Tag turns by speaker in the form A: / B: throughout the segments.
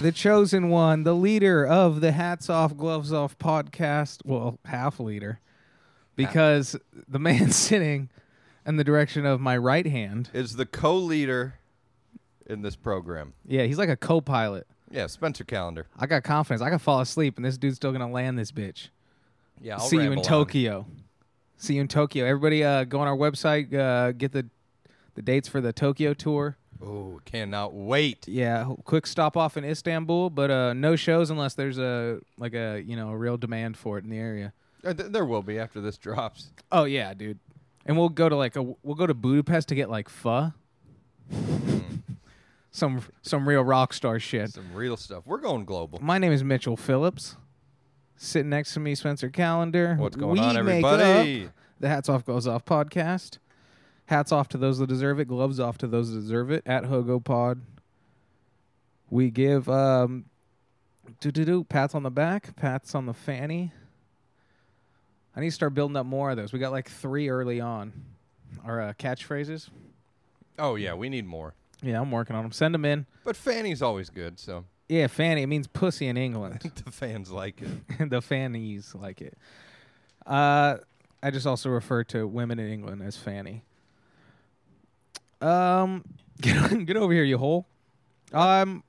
A: the chosen one, the leader of the Hats Off, Gloves Off podcast. Well, half leader, because the man sitting in the direction of my right hand.
B: Is the co-leader in this program?
A: Yeah, he's like a co-pilot.
B: Yeah, Spencer Calendar.
A: I got confidence. I could fall asleep, and this dude's still gonna land this bitch.
B: Yeah, I'll
A: See you
B: ramble
A: in
B: on.
A: Tokyo. See you in Tokyo. Everybody, uh, go on our website. Uh, get the the dates for the Tokyo tour.
B: Oh, cannot wait.
A: Yeah, h- quick stop off in Istanbul, but uh, no shows unless there's a like a you know a real demand for it in the area.
B: Uh, th- there will be after this drops.
A: Oh yeah, dude. And we'll go to like a we'll go to Budapest to get like pho.
B: Hmm.
A: some some real rock star shit.
B: Some real stuff. We're going global.
A: My name is Mitchell Phillips. Sitting next to me, Spencer Calendar.
B: What's going
A: we
B: on,
A: make
B: everybody?
A: up the Hats Off Gloves Off podcast. Hats off to those that deserve it. Gloves off to those that deserve it. At Hogo Pod, we give um, do do do pats on the back, pats on the fanny. I need to start building up more of those. We got like three early on. Our uh, catchphrases.
B: Oh yeah, we need more.
A: Yeah, I'm working on them. Send them in.
B: But Fanny's always good, so
A: Yeah, fanny. It means pussy in England.
B: the fans like it.
A: the fannies like it. Uh, I just also refer to women in England as fanny. Um, get get over here, you hole. Um,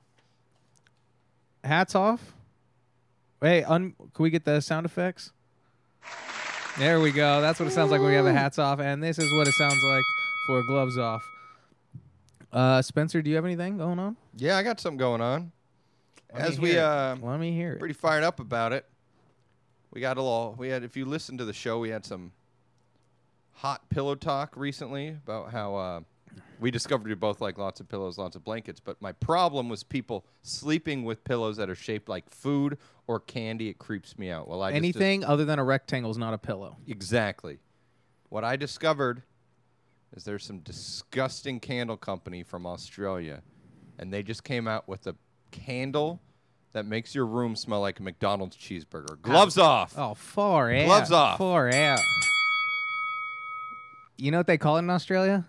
A: hats off. Hey, un- can we get the sound effects? There we go. That's what it sounds like when we have a hats off, and this is what it sounds like for gloves off. Uh, Spencer, do you have anything going on?
B: Yeah, I got something going on.
A: me
B: As we
A: hear it.
B: uh,
A: Let me hear it.
B: pretty fired up about it. We got a little. We had. If you listen to the show, we had some hot pillow talk recently about how uh, we discovered we both like lots of pillows, lots of blankets. But my problem was people sleeping with pillows that are shaped like food or candy. It creeps me out. Well, I just-
A: Anything other than a rectangle is not a pillow.
B: exactly. What I discovered is there's some disgusting candle company from Australia, and they just came out with a candle. That makes your room smell like a McDonald's cheeseburger. Gloves off.
A: Oh, far out.
B: Gloves off.
A: Far out. You know what they call it in Australia?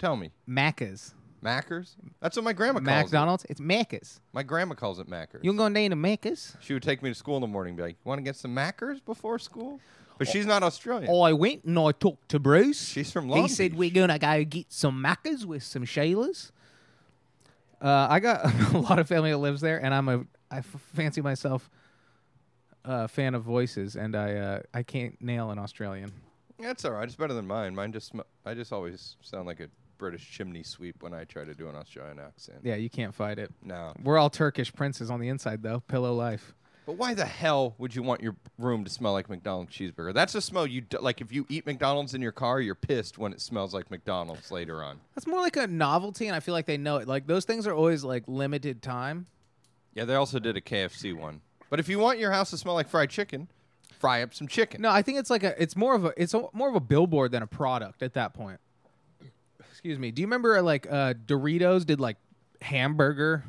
B: Tell me,
A: Macca's.
B: Mackers? That's what my grandma calls
A: McDonald's. It's Macca's.
B: it. My grandma calls it Mackers.
A: You going to name a Macca's?
B: she would take me to school in the morning and be like, You want to get some Mackers before school? But
A: Oh.
B: she's not Australian.
A: I went and I talked to Bruce.
B: She's from
A: He
B: Long
A: said
B: Beach.
A: we're going to go get some Macca's with some Shayla's. Uh, I got a lot of family that lives there, and I'm a I f- fancy myself a fan of voices, and I uh, I can't nail an Australian.
B: That's all right. It's better than mine. Mine just, sm- I just always sound like a British chimney sweep when I try to do an Australian accent.
A: Yeah, you can't fight it.
B: No.
A: We're all Turkish princes on the inside, though. Pillow life.
B: But why the hell would you want your room to smell like McDonald's cheeseburger? That's a smell you, d- like if you eat McDonald's in your car, you're pissed when it smells like McDonald's later on.
A: That's more like a novelty, and I feel like they know it. Like those things are always like limited time.
B: Yeah, they also did a KFC one. But if you want your house to smell like fried chicken, fry up some chicken.
A: No, I think it's like a. It's more of a. It's a, more of a billboard than a product at that point. Excuse me. Do you remember like uh, Doritos did like hamburger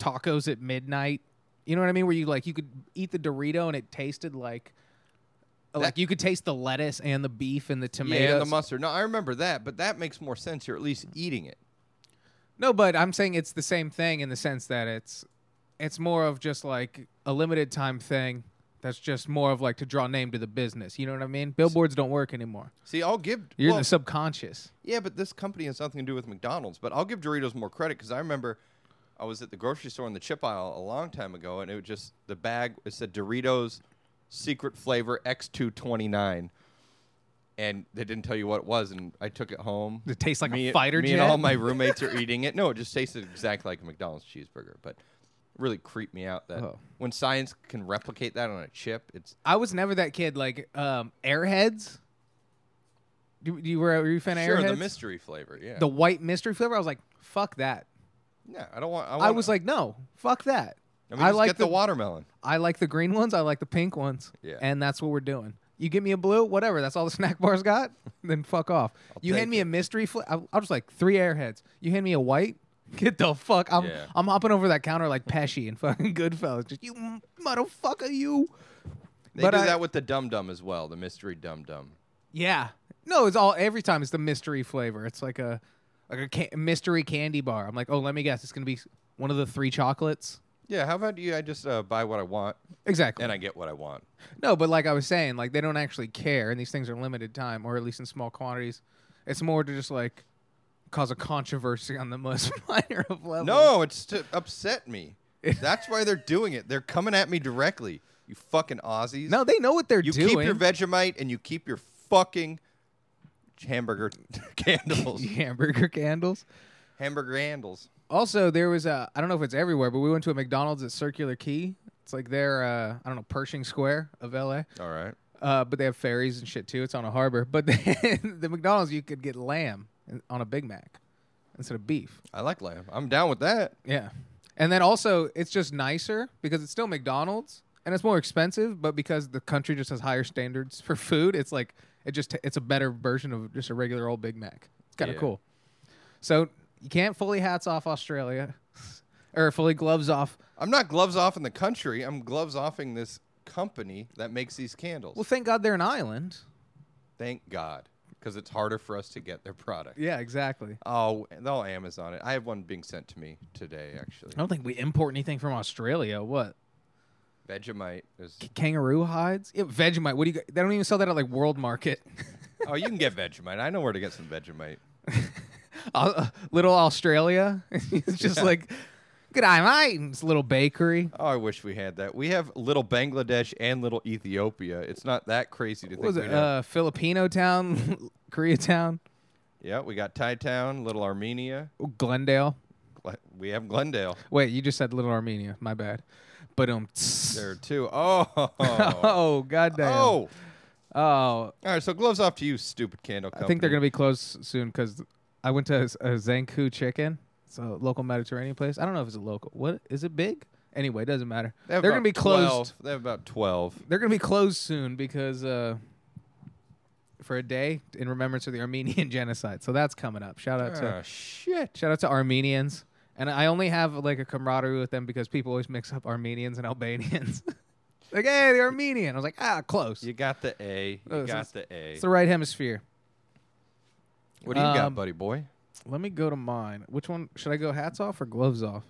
A: tacos at midnight? You know what I mean? Where you like you could eat the Dorito and it tasted like. Like you could taste the lettuce and the beef and the tomatoes.
B: Yeah, and the mustard. No, I remember that, but that makes more sense. You're at least eating it.
A: No, but I'm saying it's the same thing in the sense that it's it's more of just like a limited time thing that's just more of like to draw name to the business. You know what I mean? Billboards don't work anymore.
B: See, I'll give.
A: You're in
B: well,
A: the subconscious.
B: yeah, but this company has nothing to do with McDonald's. But I'll give Doritos more credit because I remember I was at the grocery store in the chip aisle a long time ago, and it was just the bag. It said Doritos Secret Flavor X229. And they didn't tell you what it was, and I took it home.
A: It tastes like a
B: me,
A: fighter
B: me
A: jet.
B: and all my roommates are eating it. No, it just tasted exactly like a McDonald's cheeseburger, but really creeped me out that
A: Oh.
B: when science can replicate that on a chip, it's
A: I was never that kid like um Airheads. You, you were, were you a fan
B: sure
A: of Airheads?
B: the mystery flavor. Yeah,
A: The white mystery flavor. I was like, fuck that.
B: Yeah, I don't want. I,
A: I
B: wanna-
A: was like, no, fuck that.
B: I, mean, just
A: like
B: get the, watermelon.
A: I like the green ones. I like the pink ones.
B: Yeah.
A: And that's what we're doing. You give me a blue, whatever. That's all the snack bar's got. then fuck off. you
B: take
A: hand me a mystery. Fl- I'll, I'll just like three airheads. You hand me a white. Get the fuck. I'm
B: Yeah.
A: I'm hopping over that counter like Pesci and fucking Goodfellas. Just you m- motherfucker, you.
B: They
A: But
B: do
A: I-
B: that with the dum dum as well. The mystery dum dum.
A: Yeah. No, it's all every time. It's the mystery flavor. It's like a like a ca- mystery candy bar. I'm like, oh, let me guess. It's gonna be one of the three chocolates.
B: Yeah, how about you? I just uh, buy what I want
A: Exactly.
B: and I get what I want.
A: No, but like I was saying, like they don't actually care, and these things are limited time, or at least in small quantities. It's more to just like cause a controversy on the most minor of levels.
B: No, it's to upset me. That's why they're doing it. They're coming at me directly. You fucking Aussies.
A: no, they know what they're
B: you
A: doing.
B: keep your Vegemite and you keep your fucking hamburger candles.
A: hamburger candles.
B: hamburger candles.
A: Also, there was a I don't know if it's everywhere, but we went to a McDonald's at Circular Quay. It's like their uh, I don't know Pershing Square of LA,
B: All right.
A: uh, but they have ferries and shit too. It's on a harbor, but the McDonald's you could get lamb on a Big Mac instead of beef.
B: I like lamb. I'm down with that.
A: Yeah. And then also, it's just nicer because it's still McDonald's and it's more expensive, but because the country just has higher standards for food, it's like it just it's a better version of just a regular old Big Mac. It's kind of
B: Yeah.
A: cool. So you can't fully hats off Australia or fully gloves off.
B: I'm not gloves off in the country. I'm gloves offing this company that makes these candles.
A: Well, thank God they're an island.
B: Thank God, because it's harder for us to get their product.
A: Yeah, exactly.
B: Oh, they'll Amazon it. I have one being sent to me today, actually.
A: I don't think we import anything from Australia. What
B: Vegemite is.
A: kangaroo hides? Yeah, Vegemite. What do you? got- They don't even sell that at like World Market.
B: Oh, you can get Vegemite. I know where to get some Vegemite.
A: Au- little Australia. it's just like, good eye, mate. It's a little bakery.
B: Oh, I wish we had that. We have little Bangladesh and little Ethiopia. It's not that crazy to
A: What
B: think
A: was
B: we
A: it?
B: don't.
A: Uh, Filipino town, Koreatown,
B: Yeah, we got Thai Town, little Armenia.
A: Glendale.
B: Gle- We have Glendale
A: Wait, you just said Little Armenia. My bad. But um.
B: there too. Oh.
A: Oh goddamn.
B: Oh.
A: Oh,
B: All right, so gloves off to you, stupid candle
A: I
B: company.
A: think they're gonna be closed soon because I went to a, a Zanku Chicken. It's a local Mediterranean place. I don't know if it's a local. What is it big? Anyway, it doesn't matter.
B: They have
A: they're gonna
B: about
A: be closed.
B: 12 They have about 12.
A: They're going to be closed soon because uh, for a day in remembrance of the Armenian genocide. So that's coming up. Shout out to
B: Ah, shit.
A: shout out to Armenians. And I only have like a camaraderie with them because people always mix up Armenians and Albanians. like, hey, the Armenian. I was like, ah, close.
B: You got the A.
A: Oh,
B: You
A: it's-
B: got the A.
A: It's the right hemisphere.
B: What do you got,
A: um,
B: buddy boy?
A: Let me go to mine. Which one should I go? Hats off or gloves off?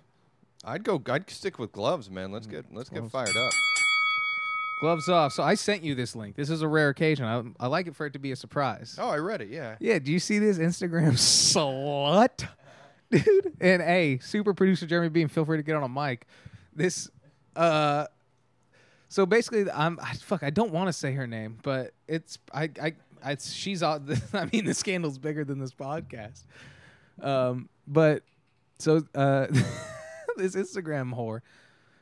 B: I'd go. I'd stick with gloves, man.
A: Mm,
B: Let's get let's get fired up.
A: Gloves off. So I sent you this link. This is a rare occasion. I, I like it for it to be a surprise.
B: Oh, I read it. Yeah.
A: Yeah, do you see this Instagram slut? Dude. And hey, super producer Jeremy Beam, feel free to get on a mic. This uh so basically I'm I, fuck, I don't want to say her name, but it's I I I she's all I mean the scandal's bigger than this podcast. Um but so uh this Instagram whore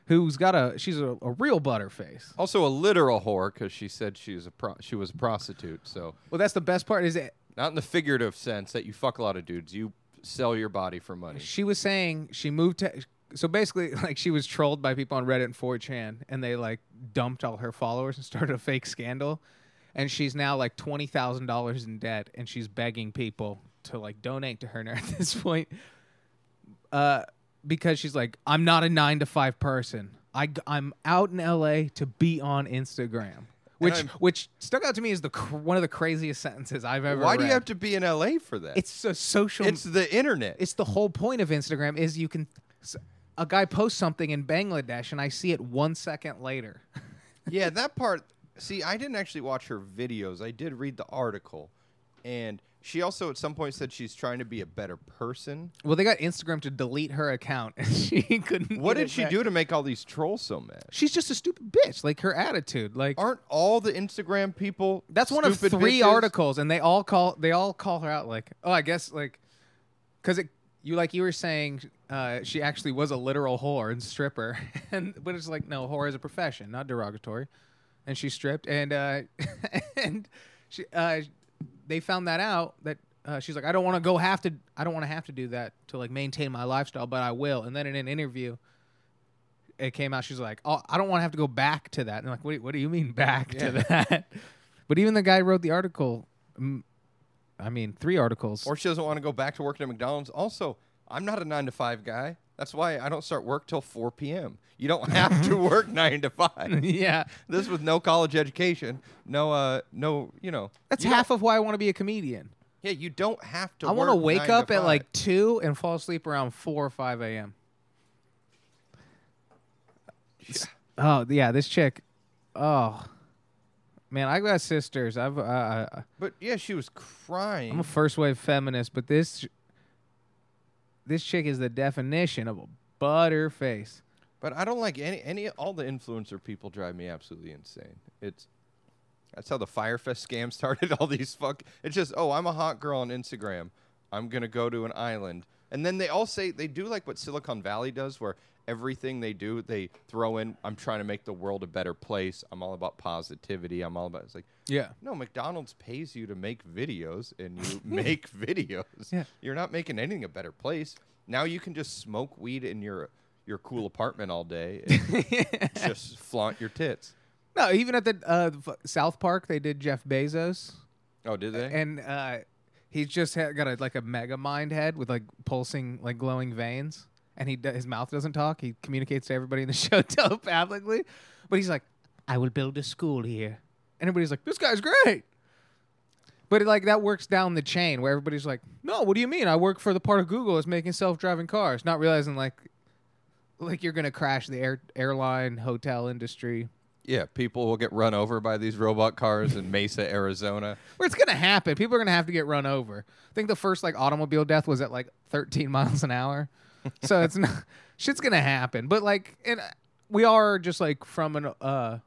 A: who's got a she's a, a real butterface.
B: Also, a literal whore because she said she was a pro- she was a prostitute. So
A: Well, that's the best part is that
B: not in the figurative sense that you fuck a lot of dudes. You sell your body for money.
A: She was saying she moved to. So basically, like she was trolled by people on Reddit and 4chan, and they like dumped all her followers and started a fake scandal. And she's now like twenty thousand dollars in debt, and she's begging people to like donate to her now at this point, uh, because she's like, I'm not a nine to five person. I am out in L.A. to be on Instagram, which
B: I'm-
A: which stuck out to me as the cr- one of the craziest sentences I've ever.
B: Why do you
A: read.
B: have to be in L.A. for that?
A: It's a social.
B: It's the internet.
A: it's the whole point of Instagram is you can s- a guy posts something in Bangladesh and I see it one second later.
B: yeah, that part. See, I didn't actually watch her videos. I did read the article, and she also at some point said she's trying to be a better person.
A: Well, they got Instagram to delete her account and she couldn't.
B: What
A: get
B: did
A: it
B: she
A: back.
B: do to make all these trolls so mad?
A: She's just a stupid bitch. Like her attitude. Like
B: Aren't all the Instagram people?
A: that's one of
B: stupid
A: three
B: bitches?
A: articles, and they all call they all call her out. Like oh, I guess like because it you like you were saying uh, she actually was a literal whore and stripper, and but it's like no, whore is a profession, not derogatory. And she stripped, and uh, and she uh, they found that out that uh, she's like, I don't want to go have to, I don't want to have to do that to like maintain my lifestyle, but I will. And then in an interview, it came out she's like, oh, I don't want to have to go back to that. And I'm like, what, what do you mean back to that? but even the guy who wrote the article. mm, I mean, three articles.
B: Or she doesn't want to go back to working at McDonald's. Also, I'm not a nine to five guy. That's why I don't start work till 4 p.m. You don't have to work nine to five.
A: yeah,
B: This with no college education, no, uh, no, you know.
A: that's
B: you
A: half
B: don't-
A: of why I want to be a comedian.
B: Yeah, you don't have to.
A: I want to
B: work
A: wake
B: nine to
A: up at
B: five.
A: like two and fall asleep around four or five a.m. Oh yeah, this chick. Oh man, I got sisters. I've uh,
B: But yeah, she was
A: I'm a
B: crying.
A: first wave feminist, but this this chick is the definition of a butter face.
B: but I don't like any any all the influencer people drive me absolutely insane. It's that's how the Firefest scam started. All these fuck. It's just oh, I'm a hot girl on Instagram. I'm gonna go to an island, and then they all say they do like what Silicon Valley does, where everything they do they throw in. I'm trying to make the world a better place. I'm all about positivity. I'm all about it's like
A: Yeah.
B: No, McDonald's pays you to make videos and you make videos.
A: Yeah.
B: You're not making anything a better place. Now you can just smoke weed in your your cool apartment all day and just flaunt your tits.
A: No, even at the uh, the f- South Park, they did Jeff Bezos,
B: Oh, did they?
A: and uh, he's just ha- got a, like a mega mind head with like pulsing, like glowing veins, and he d- his mouth doesn't talk. He communicates to everybody in the show telepathically, but he's like, "I will build a school here," and everybody's like, "This guy's great." But it, like that works down the chain where everybody's like, "No, what do you mean? I work for the part of Google that's making self-driving cars," not realizing like, like you're gonna crash the air airline hotel industry.
B: yeah, people will get run over by these robot cars in Mesa, Arizona.
A: Well, it's gonna happen. People are gonna have to get run over. I think the first like automobile death was at like 13 miles an hour, so it's not shit's gonna happen. But like, and uh, we are just like from an uh,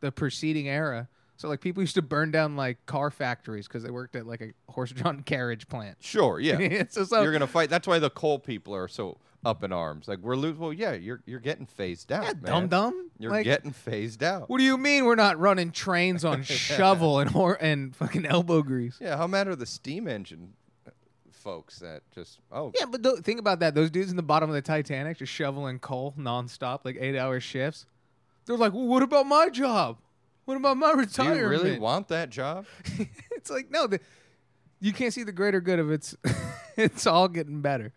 A: the preceding era. So like, people used to burn down like car factories because they worked at like a horse-drawn carriage plant.
B: Sure, yeah.
A: so, so
B: you're gonna fight. That's why the coal people are so up in arms. Like we're losing. Well, yeah, you're you're getting phased out, man.
A: dumb dumb.
B: You're
A: like,
B: getting phased out.
A: what do you mean we're not running trains on shovel and hor- and fucking elbow grease?
B: Yeah, how mad are the steam engine uh, folks that just oh
A: Yeah, but th- think about that. Those dudes in the bottom of the Titanic just shoveling coal nonstop, like eight hour shifts. They're like, well, what about my job? What about my
B: Do
A: retirement?
B: you really want that job?
A: it's like, no, the, you can't see the greater good of it's. it's all getting better.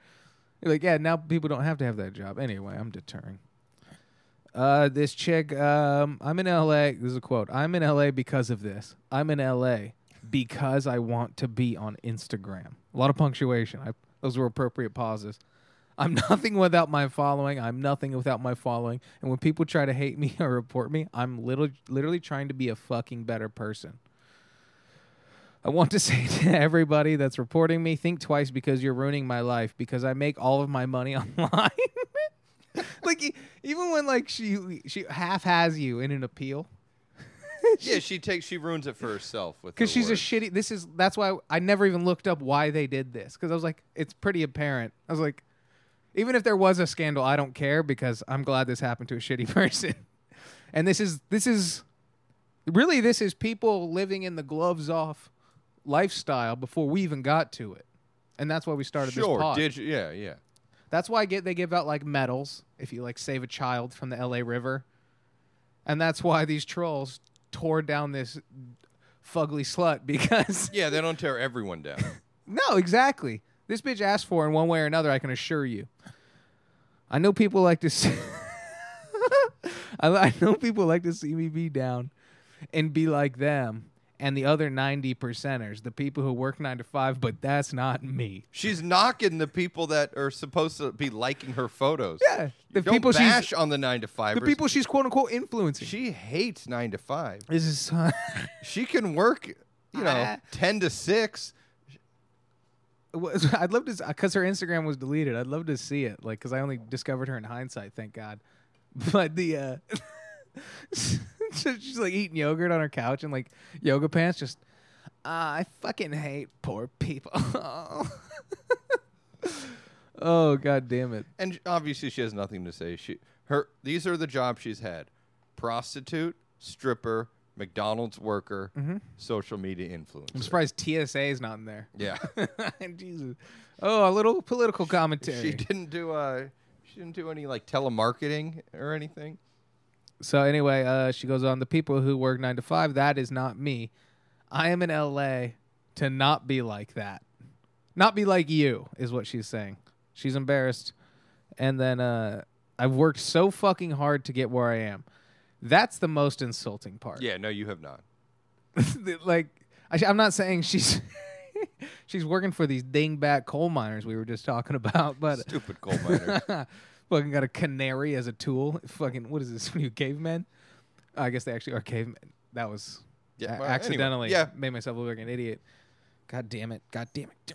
A: You're like, yeah, now people don't have to have that job. Anyway, I'm deterring. Uh, this chick, um, I'm in LA. This is a quote. I'm in LA because of this. I'm in LA because I want to be on Instagram. A lot of punctuation. I, those were appropriate pauses. I'm nothing without my following. I'm nothing without my following. And when people try to hate me or report me, I'm little, literally trying to be a fucking better person. I want to say to everybody that's reporting me, think twice because you're ruining my life because I make all of my money online. like e- even when like she she half has you in an appeal
B: yeah, she takes she ruins it for herself with
A: because
B: her
A: she's a
B: words.
A: shitty. This is that's why I never even looked up why they did this because I was like, it's pretty apparent. I was like, even if there was a scandal, I don't care because I'm glad this happened to a shitty person. and this is this is really this is people living in the gloves off lifestyle before we even got to it, and that's why we started this
B: sure.
A: pod.
B: Did you, yeah, yeah.
A: That's why I get they give out like medals if you like save a child from the LA River. And that's why these trolls tore down this fugly slut because
B: Yeah, they don't tear everyone down.
A: no, exactly. This bitch asked for it in one way or another, I can assure you. I know people like to see I, I know people like to see me be down and be like them and the other 90 percenters, the people who work 9 to 5, but that's not me.
B: she's knocking the people that are supposed to be liking her photos.
A: Yeah,
B: The
A: the
B: don't
A: people she's-
B: bash on the nine to five.
A: The people she's quote unquote influencing.
B: she hates nine to five.
A: this is
B: She can work, you know,
A: Ah.
B: ten to six.
A: was- I'd love to, because her Instagram was deleted. I'd love to see it, like, because I only discovered her in hindsight, thank God. But the, uh, she's like eating yogurt on her couch and like yoga pants, just, "Ah, I fucking hate poor people. oh, god damn it.
B: And obviously she has nothing to say. She her these are the jobs she's had. Prostitute, stripper, McDonald's worker, social media
A: Mm-hmm. I'm
B: influencer.
A: surprised TSA is not in there.
B: Yeah.
A: Jesus. Oh, a little political commentary.
B: She didn't do uh she didn't do any like telemarketing or anything.
A: So anyway, uh, she goes on. The people who work nine to five, that is not me. I am in L.A. to not be like that, not be like you, is what she's saying. She's embarrassed, and then uh, I've worked so fucking hard to get where I am. That's the most insulting part.
B: Yeah, no, you have not.
A: like I, I'm not saying she's she's working for these dingbat coal miners we were just talking about, but
B: Stupid coal miner.
A: but Fucking got a canary as a tool. Fucking what is this? New cavemen? I guess they actually are cavemen. That was
B: Yeah,
A: I
B: well, anyway,
A: accidentally
B: yeah.
A: made myself look like an idiot. God damn it! God damn it!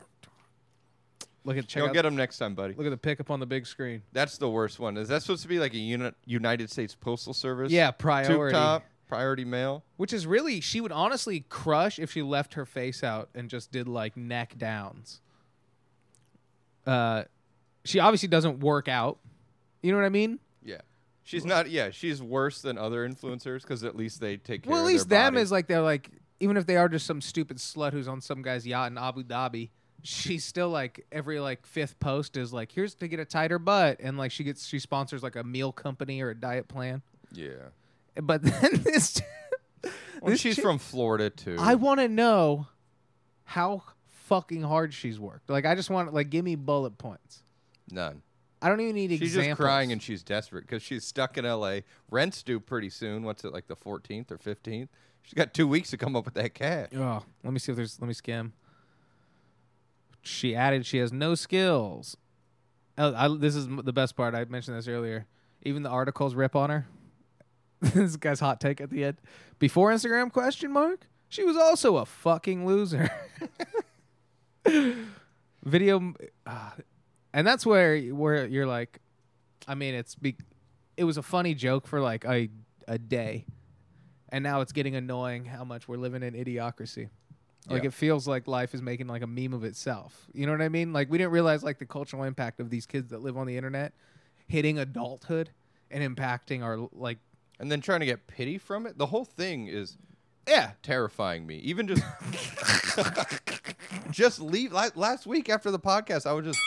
A: Look at check
B: Go
A: out,
B: get them next time, buddy.
A: look at the pickup on the big screen.
B: That's the worst one. Is that supposed to be like a uni- United States Postal Service?
A: Yeah,
B: Tube
A: priority.
B: top, priority mail.
A: Which is really she would honestly crush if she left her face out and just did like neck downs. Uh, she obviously doesn't work out. You know what I mean?
B: Yeah. She's not. Yeah, she's worse than other influencers because at least they take care.
A: well, at
B: of
A: least
B: their
A: them
B: body.
A: is like they're like even if they are just some stupid slut who's on some guy's yacht in Abu Dhabi, she's still like every like fifth post is like here's to get a tighter butt and like she gets she sponsors like a meal company or a diet plan.
B: Yeah.
A: But then this,
B: Well,
A: this
B: she's
A: chick-
B: from Florida too.
A: I want to know how fucking hard she's worked. Like I just want like give me bullet points.
B: None.
A: I don't even need
B: She's
A: examples.
B: just crying and she's desperate because she's stuck in L.A. Rent's due pretty soon. What's it like the 14th or 15th? She's got two weeks to come up with that cash.
A: Oh, let me see if there's. Let me skim. She added she has no skills. Oh, I, this is m- the best part. I mentioned this earlier. Even the articles rip on her. this guy's hot take at the end. Before Instagram question mark, she was also a fucking loser. Video, m- ah, and that's where where you're like, I mean, it's be, it was a funny joke for like a a day and now it's getting annoying how much we're living in idiocracy. Like
B: Yeah.
A: it feels like life is making like a meme of itself. You know what I mean? Like we didn't realize like the cultural impact of these kids that live on the internet hitting adulthood and impacting our like
B: And then trying to get pity from it. The whole thing is eh,
A: yeah.
B: terrifying me. Even just just leave la- last week after the podcast, I was just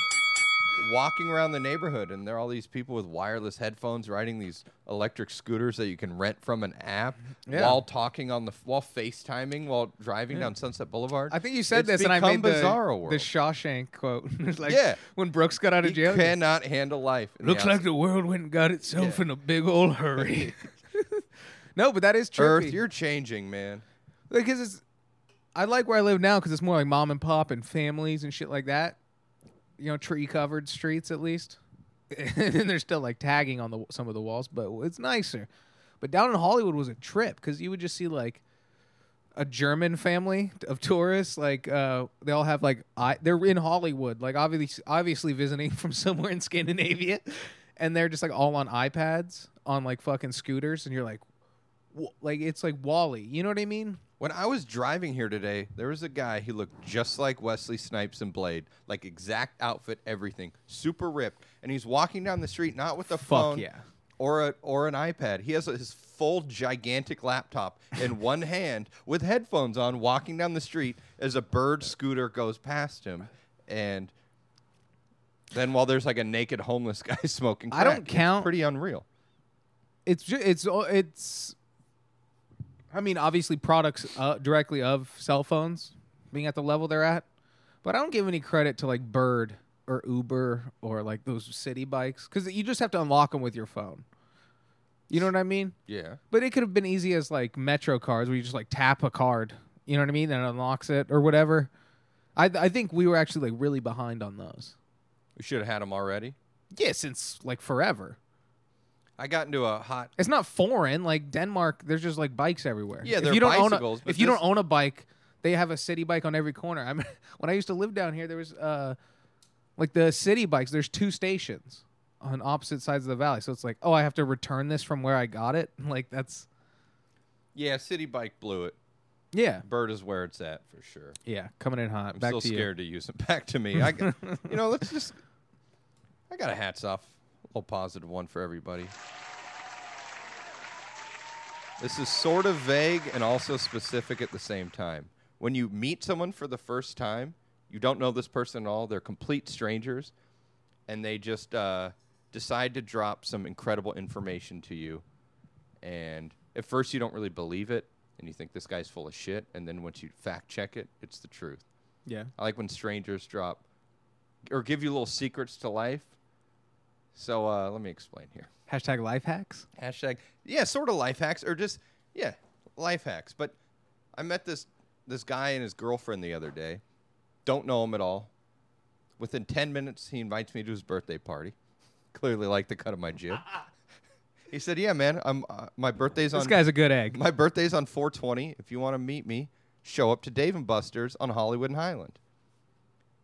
B: walking around the neighborhood and there are all these people with wireless headphones riding these electric scooters that you can rent from an app
A: Yeah.
B: while talking on the f- while FaceTiming while driving down Sunset Boulevard.
A: I think you said
B: It's
A: this and I
B: become
A: made the,
B: bizarro world.
A: the Shawshank quote. It's like
B: Yeah.
A: when Brooks got out of
B: he
A: jail.
B: cannot handle life. in the
A: Looks like the world went and got itself
B: Yeah.
A: in a big old hurry. no, but that is true.
B: Earth, you're changing, man.
A: because it's I like where I live now because it's more like mom and pop and families and shit like that. You know, tree covered streets at least, and then there's still like tagging on the some of the walls, but it's nicer. But down in Hollywood was a trip because you would just see like a German family of tourists, like uh, they all have like I, they're in Hollywood, like obviously obviously visiting from somewhere in Scandinavia, and they're just like all on iPads on like fucking scooters, and you're like, w- like it's like Wally, you know what I mean?
B: When I was driving here today, there was a guy. He looked just like Wesley Snipes and Blade, like exact outfit, everything, super ripped. And he's walking down the street, not with a phone,
A: yeah.
B: or a or an iPad. He has his full gigantic laptop in one hand, with headphones on, walking down the street as a bird scooter goes past him, and then while there's like a naked homeless guy smoking,
A: I don't
B: crack. It's
A: count-
B: pretty unreal.
A: it's ju- it's all- it's i mean obviously products uh, directly of cell phones being at the level they're at but i don't give any credit to like bird or uber or like those city bikes because you just have to unlock them with your phone you know what i mean
B: Yeah.
A: but it could have been easy as like metro cards where you just like tap a card you know what i mean and it unlocks it or whatever i i think we were actually like really behind on those
B: We should have had him already.
A: yeah since like forever
B: I got into a hot
A: It's not foreign. Like Denmark, there's just like bikes everywhere.
B: Yeah,
A: If
B: they're
A: you don't Own
B: bicycles,
A: a,
B: but
A: if you
B: this-
A: don't own a bike, they have a city bike on every corner. I mean, when I used to live down here, there was uh, like the city bikes. There's two stations on opposite sides of the valley, so it's like, oh, I have to return this from where I got it. Like that's
B: yeah, city bike blew it.
A: yeah,
B: Bird is where it's at for sure.
A: yeah, coming in hot.
B: I'm
A: Back
B: still
A: to
B: scared to use it. Back to me. I, g- you know, let's just. I got a hats off. A little positive one for everybody. This is sort of vague and also specific at the same time. When you meet someone for the first time, you don't know this person at all. They're complete strangers, and they just uh, decide to drop some incredible information to you. And at first, you don't really believe it, and you think this guy's full of shit. And then once you fact check it, it's the truth.
A: you. Yeah,
B: I like when strangers drop or give you little secrets to life. So uh, let me explain here.
A: hashtag life hacks.
B: Hashtag yeah, sort of life hacks or just yeah, life hacks. But I met this this guy and his girlfriend the other day. Don't know him at all. Within ten minutes, he invites me to his birthday party. clearly liked the cut of my jib. he said, "Yeah, man, I'm uh, my birthday's
A: This
B: on
A: guy's a good egg.
B: my birthday's on 420. If you want to meet me, show up to Dave and Buster's on Hollywood and Highland."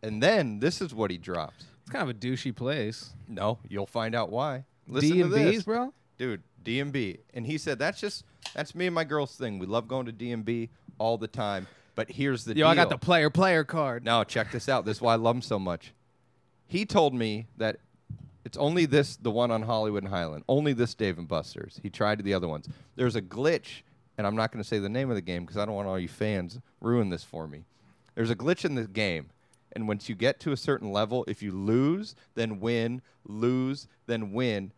B: And then this is what he dropped.
A: It's kind of a douchey place.
B: No, you'll find out why. Listen
A: D
B: to
A: and B's,
B: this,
A: bro.
B: dude. DMB, and he said that's just that's me and my girl's thing. We love going to DMB all the time. But here's the
A: Yo,
B: deal.
A: I got the player player card.
B: Now check this out. This is why I love him so much. He told me that it's only this, the one on Hollywood and Highland, only this Dave and Buster's. He tried the other ones. There's a glitch, and I'm not going to say the name of the game because I don't want all you fans ruin this for me. There's a glitch in the game, and once you get to a certain level, if you lose, then win, lose, then win,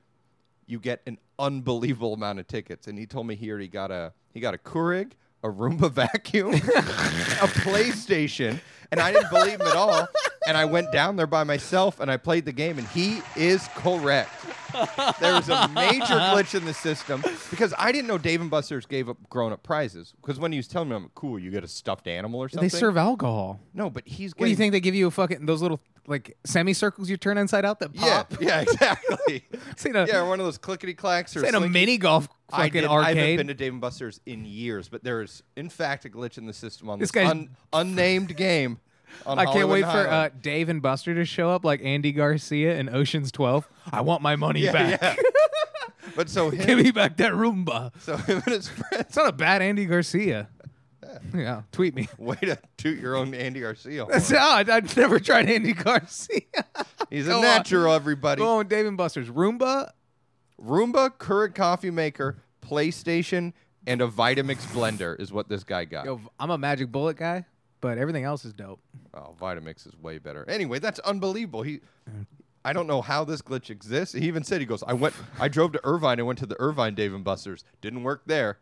B: you get an unbelievable amount of tickets. And he told me here he got a he got a Keurig, a Roomba vacuum, a PlayStation, and I didn't believe him at all. And I went down there by myself and I played the game, and he is correct. There was a major glitch in the system because I didn't know Dave and Buster's gave up grown-up prizes. Because when he was telling me, I'm cool, you get a stuffed animal or something.
A: They serve alcohol.
B: no, but he's.
A: What do you
B: getting-
A: think they give you a fucking those little like semicircles you turn inside out that
B: Yeah,
A: pop?
B: yeah, exactly.
A: This ain't a,
B: yeah, one of those clickety clacks or
A: this ain't a
B: slinky-
A: mini golf
B: I,
A: fucking
B: didn't- I haven't
A: arcade.
B: been to Dave and Buster's in years, but there is, in fact, a glitch in the system on
A: This
B: this,
A: guy's-
B: un- unnamed game. On
A: I can't
B: Hollywood
A: wait
B: and
A: for uh,
B: Highland.
A: Dave and Buster to show up like Andy Garcia in Ocean's Twelve. I want my money
B: yeah,
A: back. uh,
B: yeah. but so him,
A: Give me back that Roomba.
B: so him and his friends.
A: It's not a bad Andy Garcia. Yeah, tweet me.
B: Way to toot your own Andy Garcia. horn.
A: That's how I, I've never tried Andy Garcia.
B: He's
A: Go
B: a
A: on.
B: natural, everybody.
A: Go on, Dave and Buster's Roomba.
B: Roomba, Keurig coffee maker, PlayStation, and a Vitamix blender is what this guy got.
A: Yo, v- I'm a Magic Bullet guy, but everything else is dope.
B: Oh, Vitamix is way better. Anyway, that's unbelievable. He, I don't know how this glitch exists. He even said he goes, I went, I drove to Irvine and went to the Irvine Dave and Buster's. Didn't work there.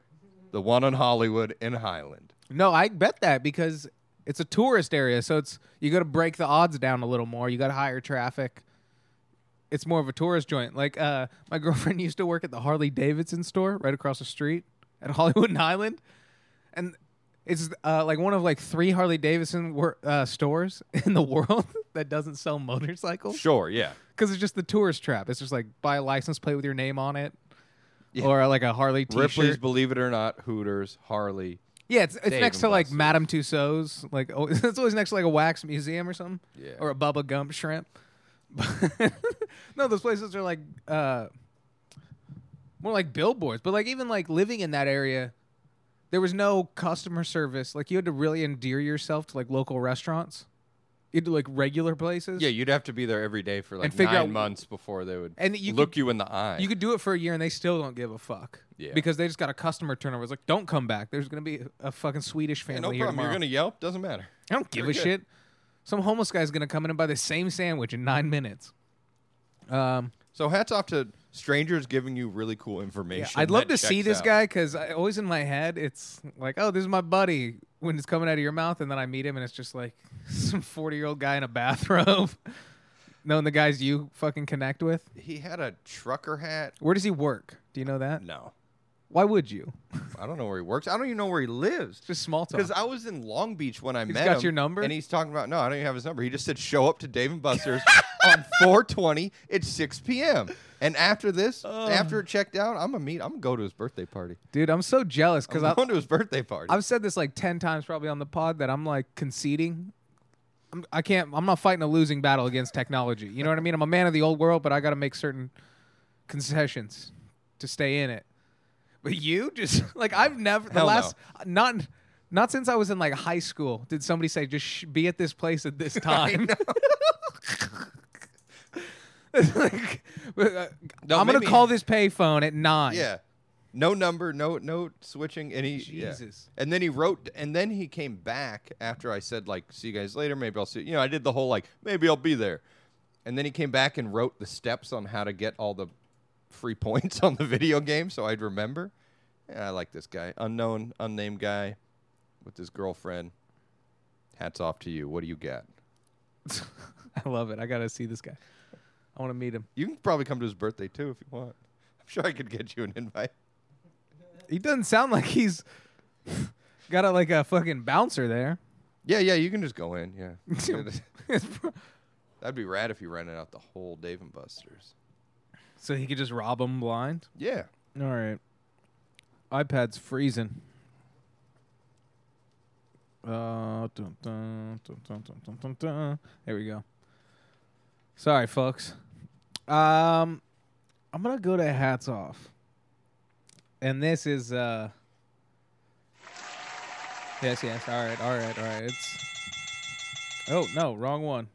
B: The one on Hollywood and Highland.
A: No, I bet that because it's a tourist area, so it's you got to break the odds down a little more. You got higher traffic. It's more of a tourist joint. Like uh, my girlfriend used to work at the Harley Davidson store right across the street at Hollywood and Highland, and it's uh, like one of like three Harley Davidson wor- uh, stores in the world that doesn't sell motorcycles
B: Sure, yeah.
A: because it's just the tourist trap. It's just like buy a license plate with your name on it,
B: Yeah.
A: or like a Harley T-shirt.
B: Ripley's, believe it or not, Hooters, Harley.
A: Yeah, it's, it's
B: Dave
A: next
B: and
A: to like
B: Buster's.
A: Madame Tussauds. Like oh, it's always next to like a wax museum or something.
B: Yeah.
A: Or a Bubba Gump shrimp. no, those places are like uh, more like billboards. But like even like living in that area, there was no customer service. Like you had to really endear yourself to like local restaurants, into like regular places.
B: Yeah, you'd have to be there every day for like
A: And figure
B: nine
A: out-
B: months before they would
A: And you
B: look you in the eye.
A: You could do it for a year and they still don't give a fuck.
B: Yeah.
A: Because they just got a customer turnover. It's like, don't come back. There's gonna be a fucking Swedish
B: Yeah,
A: family
B: no
A: here
B: problem. You're
A: tomorrow.
B: gonna yelp. Doesn't matter.
A: I don't give
B: Very
A: a
B: good.
A: shit. Some homeless guy's gonna come in and buy the same sandwich in nine minutes. Um,
B: So hats off to strangers giving you really cool information.
A: yeah, I'd love
B: that
A: to see
B: checks
A: this
B: out.
A: guy because always in my head it's like, oh, this is my buddy when it's coming out of your mouth, and then I meet him and it's just like some forty-year-old guy in a bathrobe, knowing the guys you fucking connect with.
B: He had a trucker hat.
A: Where does he work? Do you know that?
B: No,
A: Why would you?
B: I don't know where he works. I don't even know where he lives.
A: Just small
B: Because
A: talk.
B: I was in Long Beach when I met
A: got
B: him.
A: your number?
B: And he's talking about, no, I don't even have his number. He just said, show up to Dave and Buster's on 420 at 6 p.m. And after this,
A: Oh.
B: after it checked out, I'm going to meet, I'm going to go to his birthday party.
A: Dude, I'm so jealous because
B: I'm
A: I,
B: going to his birthday party.
A: I've said this like ten times probably on the pod that I'm like conceding. I'm, I can't. I'm not fighting a losing battle against technology. You know what I mean? I'm a man of the old world, but I got to make certain concessions to stay in it. But you just like I've never the
B: Hell no.
A: last not not since I was in like high school did somebody say just sh- be at this place at this time. It's like, uh,
B: No,
A: I'm gonna
B: maybe-
A: call this payphone at nine.
B: yeah. No number, no no switching, and he yeah.
A: Jesus.
B: And then he wrote, and then he came back after I said like, "See you guys later." Maybe I'll see. You know, I did the whole like, maybe I'll be there, and then he came back and wrote the steps on how to get all the free points on the video game, so I'd remember. Yeah, I like this guy, unknown, unnamed guy, with his girlfriend. Hats off to you. What do you got?
A: I love it. I gotta see this guy. I want to meet him.
B: You can probably come to his birthday too if you want. I'm sure I could get you an invite.
A: He doesn't sound like he's got a, like a fucking bouncer there.
B: Yeah, yeah, you can just go in. Yeah.
A: It's pro-
B: That'd be rad if you rented out the whole Dave and Buster's.
A: So he could just rob them blind.
B: Yeah.
A: All right. iPad's freezing. Uh, dun, dun, dun, dun, dun, dun, dun, dun. There we go. Sorry, folks. Um, I'm gonna go to hats off, and this is uh. Yes, yes. All right, all right, all right. It's. Oh no, wrong one.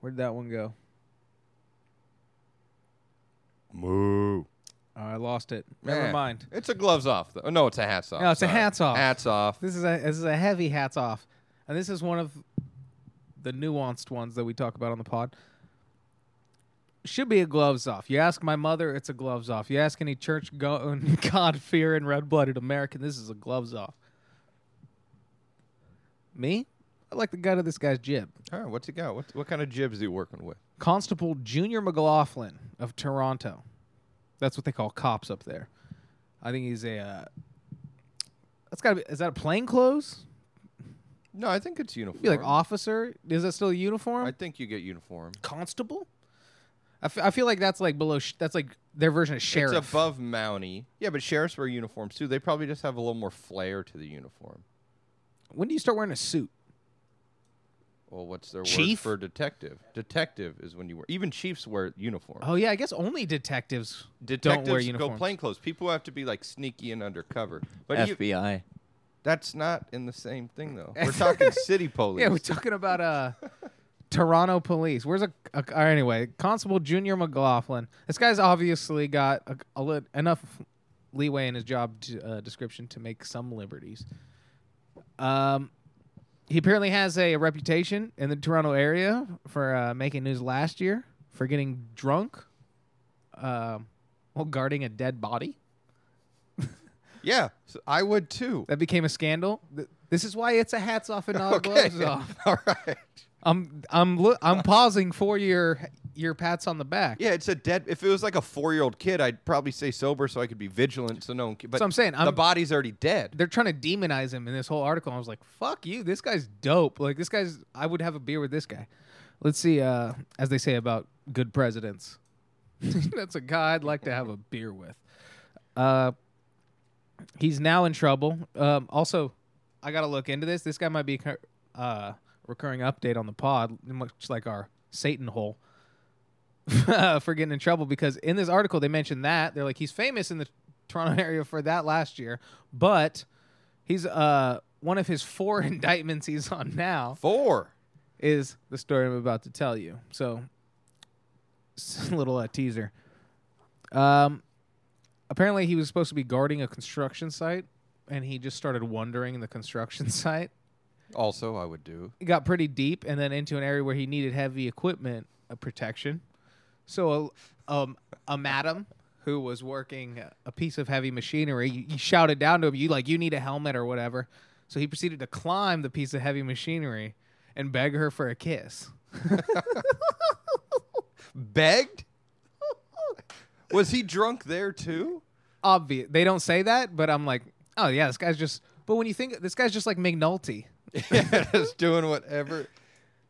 A: Where'd that one go?
B: Moo.
A: Oh, I lost it. Never
B: Yeah.
A: mind.
B: It's a gloves off though. No, it's a hats off.
A: No, it's a
B: Sorry.
A: hats off.
B: Hats off.
A: This is a this is a heavy hats off, and this is one of the nuanced ones that we talk about on the pod. Should be a gloves off. You ask my mother, it's a gloves off. You ask any church going God fearing red blooded American, this is a gloves off. Me, I like the gut of this guy's jib.
B: All right, what's he got? What what kind of jibs are you working with?
A: Constable Junior McLaughlin of Toronto. That's what they call cops up there. I think he's a. Uh, that's got to be. Is that a plainclothes?
B: No, I think it's uniform.
A: Be like officer? Is that still a uniform?
B: I think you get uniform.
A: Constable? I, f- I feel like that's like below. Sh- that's like their version of sheriff.
B: It's above Mountie. Yeah, but sheriffs wear uniforms too. They probably just have a little more flair to the uniform.
A: When do you start wearing a suit?
B: Well, what's their
A: Chief?
B: word for detective? Detective is when you wear. Even chiefs wear uniform.
A: Oh yeah, I guess only detectives
B: Detectives
A: don't wear
B: go
A: uniforms.
B: plainclothes. People have to be like sneaky and undercover. But you-
C: FBI.
B: that's not in the same thing though. We're talking city police.
A: yeah, we're talking about uh, Toronto police. Where's a, a uh, anyway? Constable Junior McLaughlin. This guy's obviously got a, a lit, enough leeway in his job to, uh, description to make some liberties. Um, he apparently has a reputation in the Toronto area for uh, making news last year for getting drunk um, while guarding a dead body.
B: yeah, so I would too.
A: That became a scandal. Th- This is why it's a hats off and not a gloves off.
B: All right.
A: I'm I'm lo- I'm pausing for your your pats on the back.
B: Yeah, it's a dead. If it was like a four-year-old kid, I'd probably stay sober so I could be vigilant, so no one. ca- But
A: So I'm saying,
B: the
A: I'm-
B: body's already dead.
A: They're trying to demonize him in this whole article. I was like, "Fuck you! This guy's dope. Like this guy's. I would have a beer with this guy." Let's see, uh, as they say about good presidents. That's a guy I'd like to have a beer with. Uh, he's now in trouble. Um, also, I got to look into this. This guy might be a cur- uh, recurring update on the pod, much like our Satan hole. for getting in trouble because in this article they mentioned that they're like he's famous in the Toronto area for that last year, but he's uh one of his four indictments he's on now
B: Four.
A: is the story I'm about to tell you. So, s- little uh, teaser. Um, apparently, he was supposed to be guarding a construction site, and he just started wandering the construction site.
B: Also, I would do.
A: He got pretty deep, and then into an area where he needed heavy equipment uh, protection. So, a, um, a madam who was working uh, a piece of heavy machinery, you, you shouted down to him, "You like, you need a helmet or whatever." So he proceeded to climb the piece of heavy machinery and beg her for a kiss.
B: Begged? Was he drunk there too?
A: obvious. They don't say that, but I'm like, oh yeah, this guy's just. But when you think this guy's just like McNulty,
B: yeah, just doing whatever.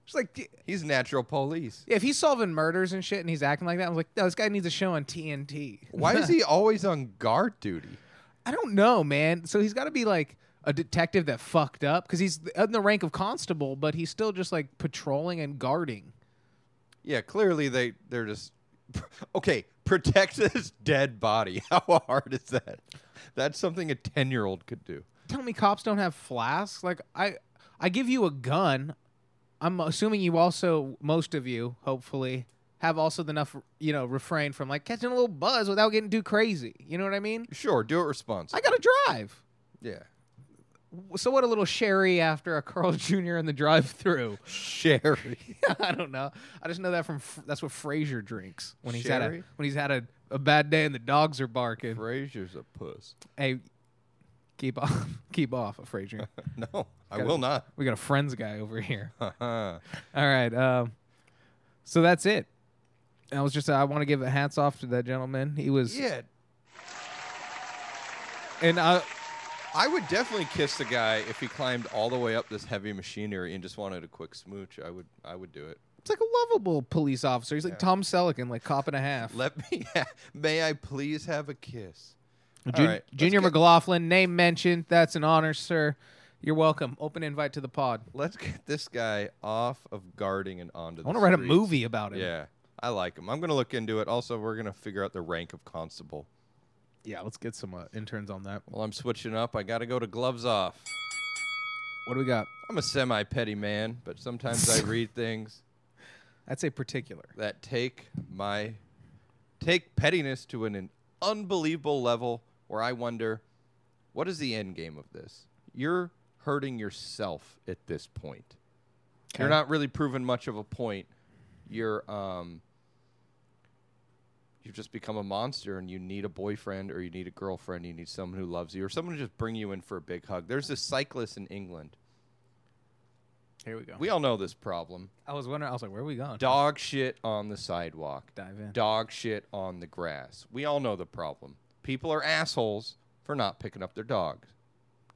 A: just like d-
B: He's natural police.
A: yeah, if he's solving murders and shit and he's acting like that, I'm like, no, this guy needs a show on TNT.
B: Why is he always on guard duty?
A: I don't know, man. So he's got to be like a detective that fucked up because he's in the rank of constable, but he's still just like patrolling and guarding.
B: Yeah, clearly they they're just okay. Protect this dead body. How hard is that? That's something a ten year old could do.
A: Tell me, cops don't have flasks? Like I, I give you a gun. I'm assuming you also, most of you, hopefully. Have also enough, you know, refrain from like catching a little buzz without getting too crazy. You know what I mean?
B: Sure, do it responsibly.
A: I gotta drive.
B: yeah,
A: So what? A little sherry after a Carl Jr. in the drive-through.
B: Sherry.
A: I don't know. I just know that from that's what Frazier drinks when he's had a
B: Sherry?
A: when he's had a, a bad day and the dogs are barking.
B: Frazier's a puss.
A: Hey, keep off, keep off of Frazier.
B: No, I
A: Gotta-
B: will not.
A: we got a friends guy over here.
B: Uh-huh.
A: All right. Um, so that's it. I was just I want to give a hats off to that gentleman. He was
B: yeah,
A: and uh, I
B: I would definitely kiss the guy if he climbed all the way up this heavy machinery and just wanted a quick smooch. I would, I would do it.
A: It's like a lovable police officer. He's like
B: Yeah.
A: Tom Selleck in like Cop and a Half.
B: Let me. may I please have a kiss?
A: Jun-
B: right, let's
A: Junior
B: get-
A: McLaughlin, name mentioned. That's an honor, sir. You're welcome. Open invite to the pod.
B: Let's get this guy off of guarding and onto.
A: I
B: the
A: want to write a
B: streets.
A: movie about him.
B: Yeah, I like him. I'm gonna look into it. Also, we're gonna figure out the rank of constable.
A: Yeah, let's get some uh, interns on that.
B: Well, I'm switching up. I gotta go to gloves off.
A: What do we got?
B: I'm a semi petty man, but sometimes I read things
A: I'd say particular.
B: that take my take pettiness to an, an unbelievable level where I wonder what is the end game of this? You're hurting yourself at this point. You're
A: Okay.
B: not really proving much of a point. You're um you've just become a monster and you need a boyfriend or you need a girlfriend, you need someone who loves you or someone to just bring you in for a big hug. There's this cyclist in England.
A: Here we go.
B: We all know this problem.
A: I was wondering. I was like, where are we going?
B: Dog shit on the sidewalk.
A: Dive in.
B: dog shit on the grass. We all know the problem. People are assholes for not picking up their dogs.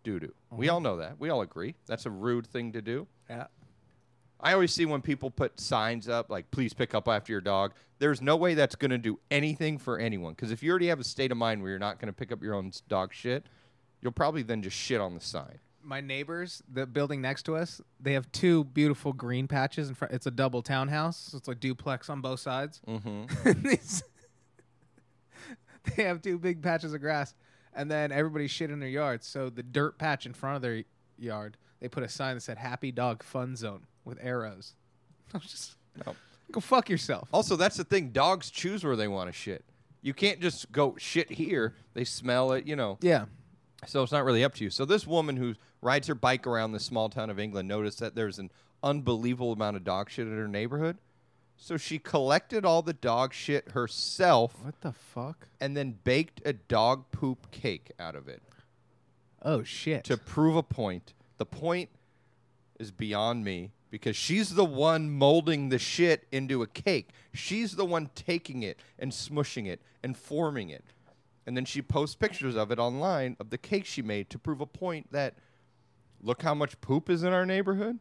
B: Doo doo. We all know that. We all agree. That's a rude thing to do.
A: Yeah.
B: I always see when people put signs up like, please pick up after your dog. There's no way that's going to do anything for anyone. Because if you already have a state of mind where you're not going to pick up your own s- dog shit, you'll probably then just shit on the sign.
A: my neighbors, the building next to us, they have two beautiful green patches in front. It's a double townhouse, so it's like duplex on both sides. Mm-hmm. they have two big patches of grass, and then everybody's shit in their yards. So the dirt patch in front of their yard, they put a sign that said "Happy Dog Fun Zone" with arrows. I was just
B: No.
A: go fuck yourself.
B: Also, that's the thing. Dogs choose where they want to shit. You can't just go shit here. They smell it, you know.
A: Yeah,
B: So it's not really up to you. So this woman who rides her bike around this small town of England noticed that there's an unbelievable amount of dog shit in her neighborhood. So she collected all the dog shit herself
A: what the fuck?
B: and then baked a dog poop cake out of it
A: Oh shit!
B: to prove a point. The point is beyond me because she's the one molding the shit into a cake. She's the one taking it and smushing it and forming it. And then she posts pictures of it online of the cake she made to prove a point that look how much poop is in our neighborhood.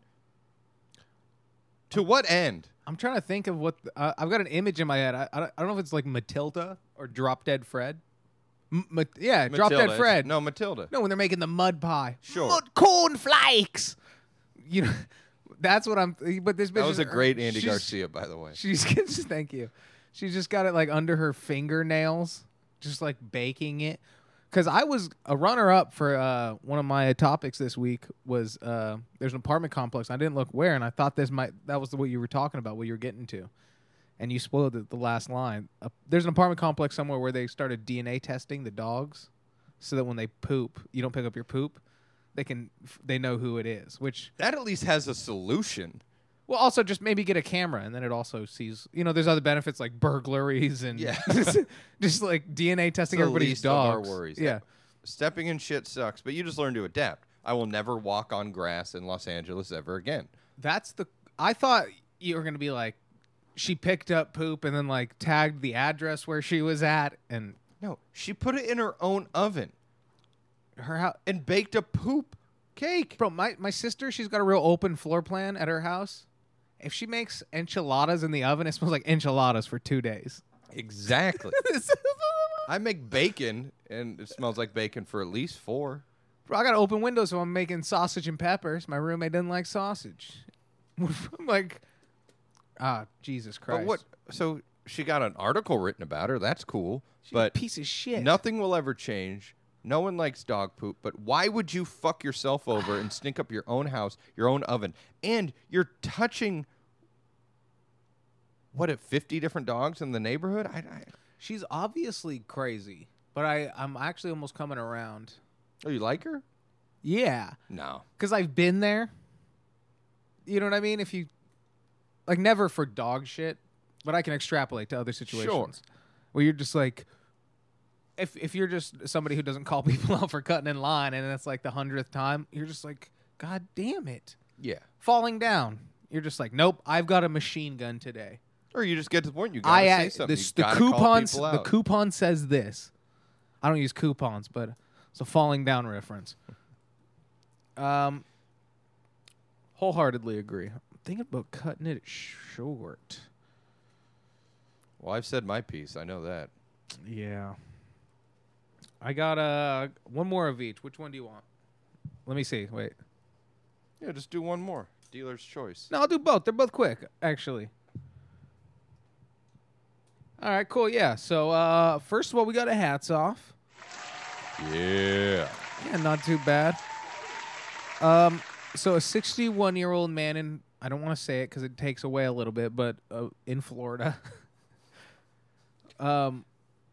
B: To what end?
A: I'm trying to think of what uh, I've got an image in my head. I, I don't- I don't know if it's like Matilda or Drop Dead Fred. M- Ma- yeah, Drop
B: Matilda.
A: Dead Fred.
B: No, Matilda.
A: no, when they're making the mud pie.
B: Sure.
A: Mud cornflakes. You know, that's what I'm. But this bitch
B: that was
A: is- uh,
B: a great Andy
A: she's-
B: Garcia, by the way.
A: She's just thank you. She's just got it like under her fingernails, just like baking it. Because I was a runner-up for uh, one of my topics this week was uh, there's an apartment complex. I didn't look where, and I thought this might that was what you were talking about, what you were getting to, and you spoiled it, the last line. Uh, there's an apartment complex somewhere where they started DNA testing the dogs, so that when they poop, you don't pick up your poop. They can they know who it is, which
B: That at least has a solution.
A: well, also just maybe get a camera, and then it also sees. You know, there's other benefits like burglaries and
B: Yeah.
A: just like DNA testing
B: the
A: everybody's
B: least of our
A: dogs.
B: worries.
A: Yeah,
B: stepping in shit sucks, but you just learn to adapt. I will never walk on grass in Los Angeles ever again.
A: that's the. I thought you were gonna be like, she picked up poop and then like tagged the address where she was at, and
B: No, she put it in her own oven
A: her house.
B: and baked a poop cake.
A: Bro, my my sister, she's got a real open floor plan at her house. If she makes enchiladas in the oven, it smells like enchiladas for two days.
B: Exactly. I make bacon and it smells like bacon for at least four.
A: Bro, I got open windows, so I'm making sausage and peppers. My roommate doesn't like sausage. I'm like, ah, Jesus Christ!
B: But what? So she got an article written about her. That's cool.
A: She's a
B: but
A: piece of shit.
B: nothing will ever change. No one likes dog poop, but why would you fuck yourself over and stink up your own house, your own oven, and you're touching what at fifty different dogs in the neighborhood? I, I,
A: She's obviously crazy, but I, I'm actually almost coming around.
B: oh, you like her?
A: Yeah,
B: No,
A: because I've been there. You know what I mean? If you, like, never for dog shit, but I can extrapolate to other situations where you're just like, if if you're just somebody who doesn't call people out for cutting in line, and it's like the hundredth time, you're just like, God damn it.
B: yeah.
A: falling down. You're just like, nope, I've got a machine gun today.
B: Or you just get to the point you gotta
A: I
B: say
A: uh,
B: something.
A: this,
B: you
A: the
B: gotta call
A: coupons.
B: people
A: The
B: out.
A: coupon says this. I don't use coupons, but it's a falling down reference. Um, wholeheartedly agree. thinking about cutting it short.
B: Well, I've said my piece. I know that.
A: Yeah. I got uh one more of each. Which one do you want? Let me see. Wait.
B: Yeah, just do one more. Dealer's choice.
A: No, I'll do both. They're both quick, actually. All right, cool. Yeah. So, uh first of all, we got a hats off.
B: Yeah.
A: Yeah, not too bad. Um, so a 61 year old man in I don't want to say it because it takes away a little bit, but uh, in Florida, um,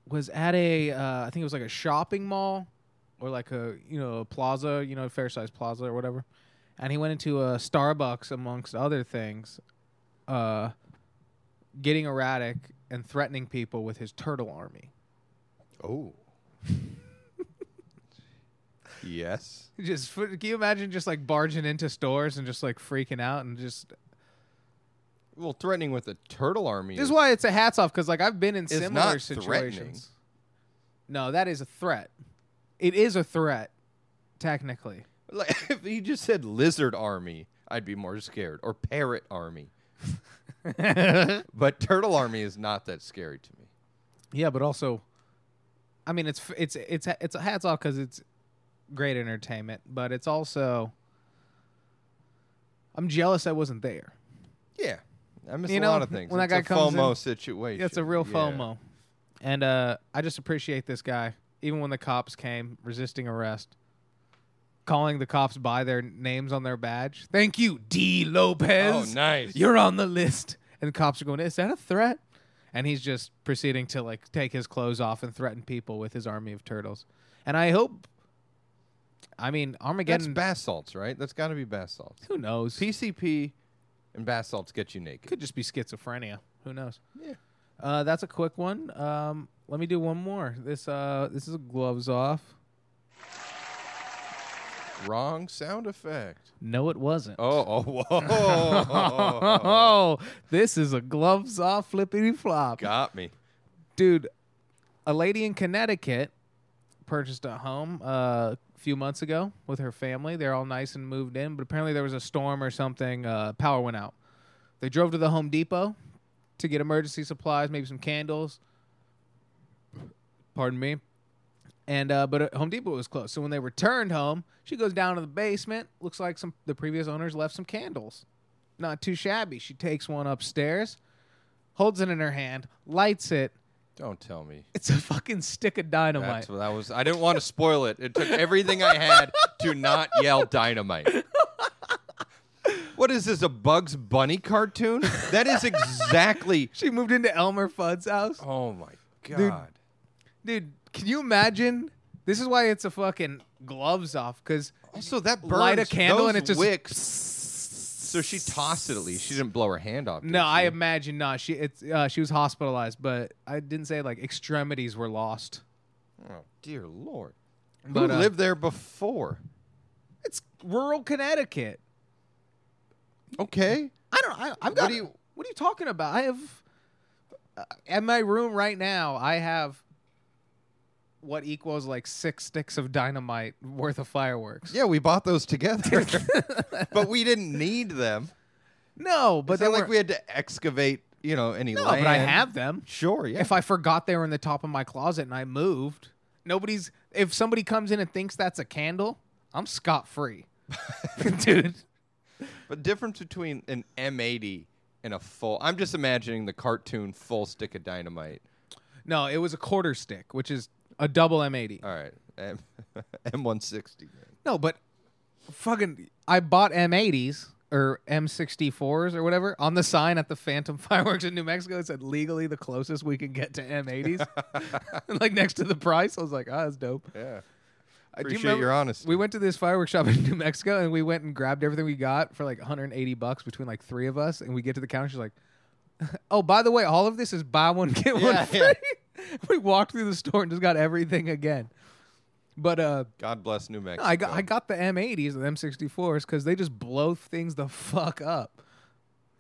A: was at a uh, I think it was like a shopping mall or like a you know a plaza, you know, a fair sized plaza or whatever, and he went into a Starbucks amongst other things, uh, getting erratic and threatening people with his turtle army.
B: Oh. yes.
A: Just can you imagine just like barging into stores and just like freaking out and just
B: Well, threatening with a turtle army.
A: This
B: is-
A: is why it's a hats off because like I've been in
B: It's
A: similar
B: not threatening.
A: situations. No, that is a threat. It is a threat, technically.
B: like, if he just said lizard army, I'd be more scared. Or parrot army.
A: yeah,
B: But turtle army is not that scary to me.
A: but also, I mean, it's f- it's it's it's a hats off because it's great entertainment, but it's also I'm jealous I wasn't there.
B: Yeah. I miss
A: You
B: a
A: know,
B: lot of things.
A: when that
B: it's
A: guy
B: a
A: comes in-
B: FOMO situation.
A: It's a real
B: Yeah.
A: FOMO, and uh, I just appreciate this guy. Even when the cops came, resisting arrest, calling the cops by their names on their badge. Thank you, D.
B: Oh,
A: Lopez.
B: nice.
A: You're on the list. And the cops are going, "Is that a threat?" And he's just proceeding to like take his clothes off and threaten people with his army of turtles. And I hope, I mean,
B: That's
A: Armageddon.
B: basalts, right? That's got to be basalts.
A: who knows? He
B: PCP and basalts get you naked.
A: could just be schizophrenia. Who knows?
B: Yeah.
A: Uh, that's a quick one. Um, let me do one more. This uh, this is a gloves off.
B: Wrong sound effect.
A: No, it wasn't. Oh,
B: Oh, oh whoa.
A: this is a gloves off flippity flop,
B: Got me.
A: dude. A lady in Connecticut purchased a home uh, a few months ago with her family. They're all nice and moved in, but apparently there was a storm or something. Uh, power went out. They drove to the Home Depot to get emergency supplies, maybe some candles. Pardon me. And uh, but uh, Home Depot was closed, so when they returned home, she goes down to the basement. Looks like some the previous owners left some candles, not too shabby. She takes one upstairs, holds it in her hand, lights it.
B: Don't tell me.
A: It's a fucking stick of dynamite.
B: That's what that was. I didn't want to spoil it. It took everything I had to not yell dynamite. What is this? A Bugs Bunny cartoon? That is exactly.
A: She moved into Elmer Fudd's house.
B: Oh my god.
A: Dude, can you imagine? This is why it's a fucking gloves off because
B: Also, that burns.
A: light a candle
B: those
A: and it just
B: wicks. So she tossed it at least. She didn't blow her hand off. did
A: No, I
B: she?
A: imagine not. She it's uh, she was hospitalized, but I didn't say like extremities were lost.
B: Oh dear lord.
A: But,
B: Who
A: uh,
B: lived there before?
A: It's rural Connecticut.
B: Okay.
A: I don't. I, I've
B: What
A: got. What
B: do
A: are
B: you-
A: you? What are you talking about? I have. Uh, in my room right now, I have what equals like six sticks of dynamite worth of fireworks.
B: Yeah, we bought those together, but we didn't need them.
A: No, but
B: But
A: they
B: then,
A: were.
B: like, we had to excavate, you know, any
A: no,
B: land.
A: but I have them.
B: Sure, yeah.
A: If I forgot they were in the top of my closet and I moved, nobody's. If somebody comes in and thinks that's a candle, I'm scot free, dude.
B: but difference between an M80 and a full. I'm just imagining the cartoon full stick of dynamite.
A: No, it was a quarter stick, which is a double M80.
B: All right, M- M160. man.
A: No, but fucking, I bought M80s or M64s or whatever on the sign at the Phantom Fireworks in New Mexico. It said legally the closest we can get to M80s, like next to the price. I was like, ah, that's dope.
B: Yeah.
A: I
B: Appreciate your honesty.
A: We went to this fireworks shop in New Mexico and we went and grabbed everything we got for like 180 bucks between like three of us. And we get to the counter, she's like, "Oh, by the way, all of this is buy one get
B: Yeah,
A: one free."
B: yeah.
A: we walked through the store and just got everything again. But uh,
B: God bless New Mexico.
A: I got I got the M80s and M64s because they just blow things the fuck up.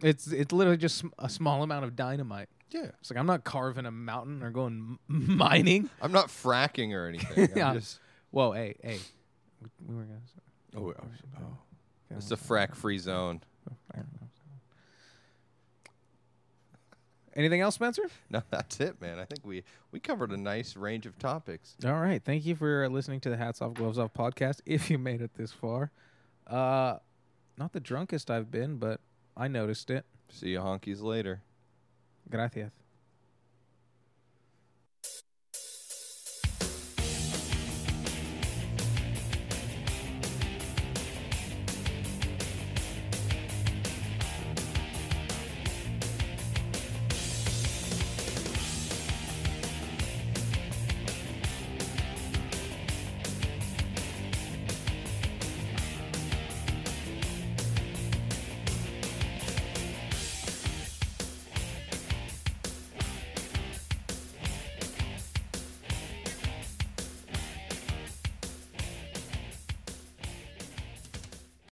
A: It's it's literally just sm- a small amount of dynamite.
B: Yeah.
A: It's like I'm not carving a mountain or going m- mining.
B: I'm not fracking or anything.
A: Yeah.
B: I'm just.
A: Whoa, hey, hey, we, we were gonna.
B: Oh, oh, oh. It's a frack free zone.
A: I don't know. Anything else, Spencer?
B: No, that's it, man. I think we we covered a nice range of topics.
A: All right. Thank you for uh, listening to the Hats Off Gloves Off podcast. If you made it this far, uh, not the drunkest I've been, but I noticed it.
B: See you honkies later.
A: Gracias.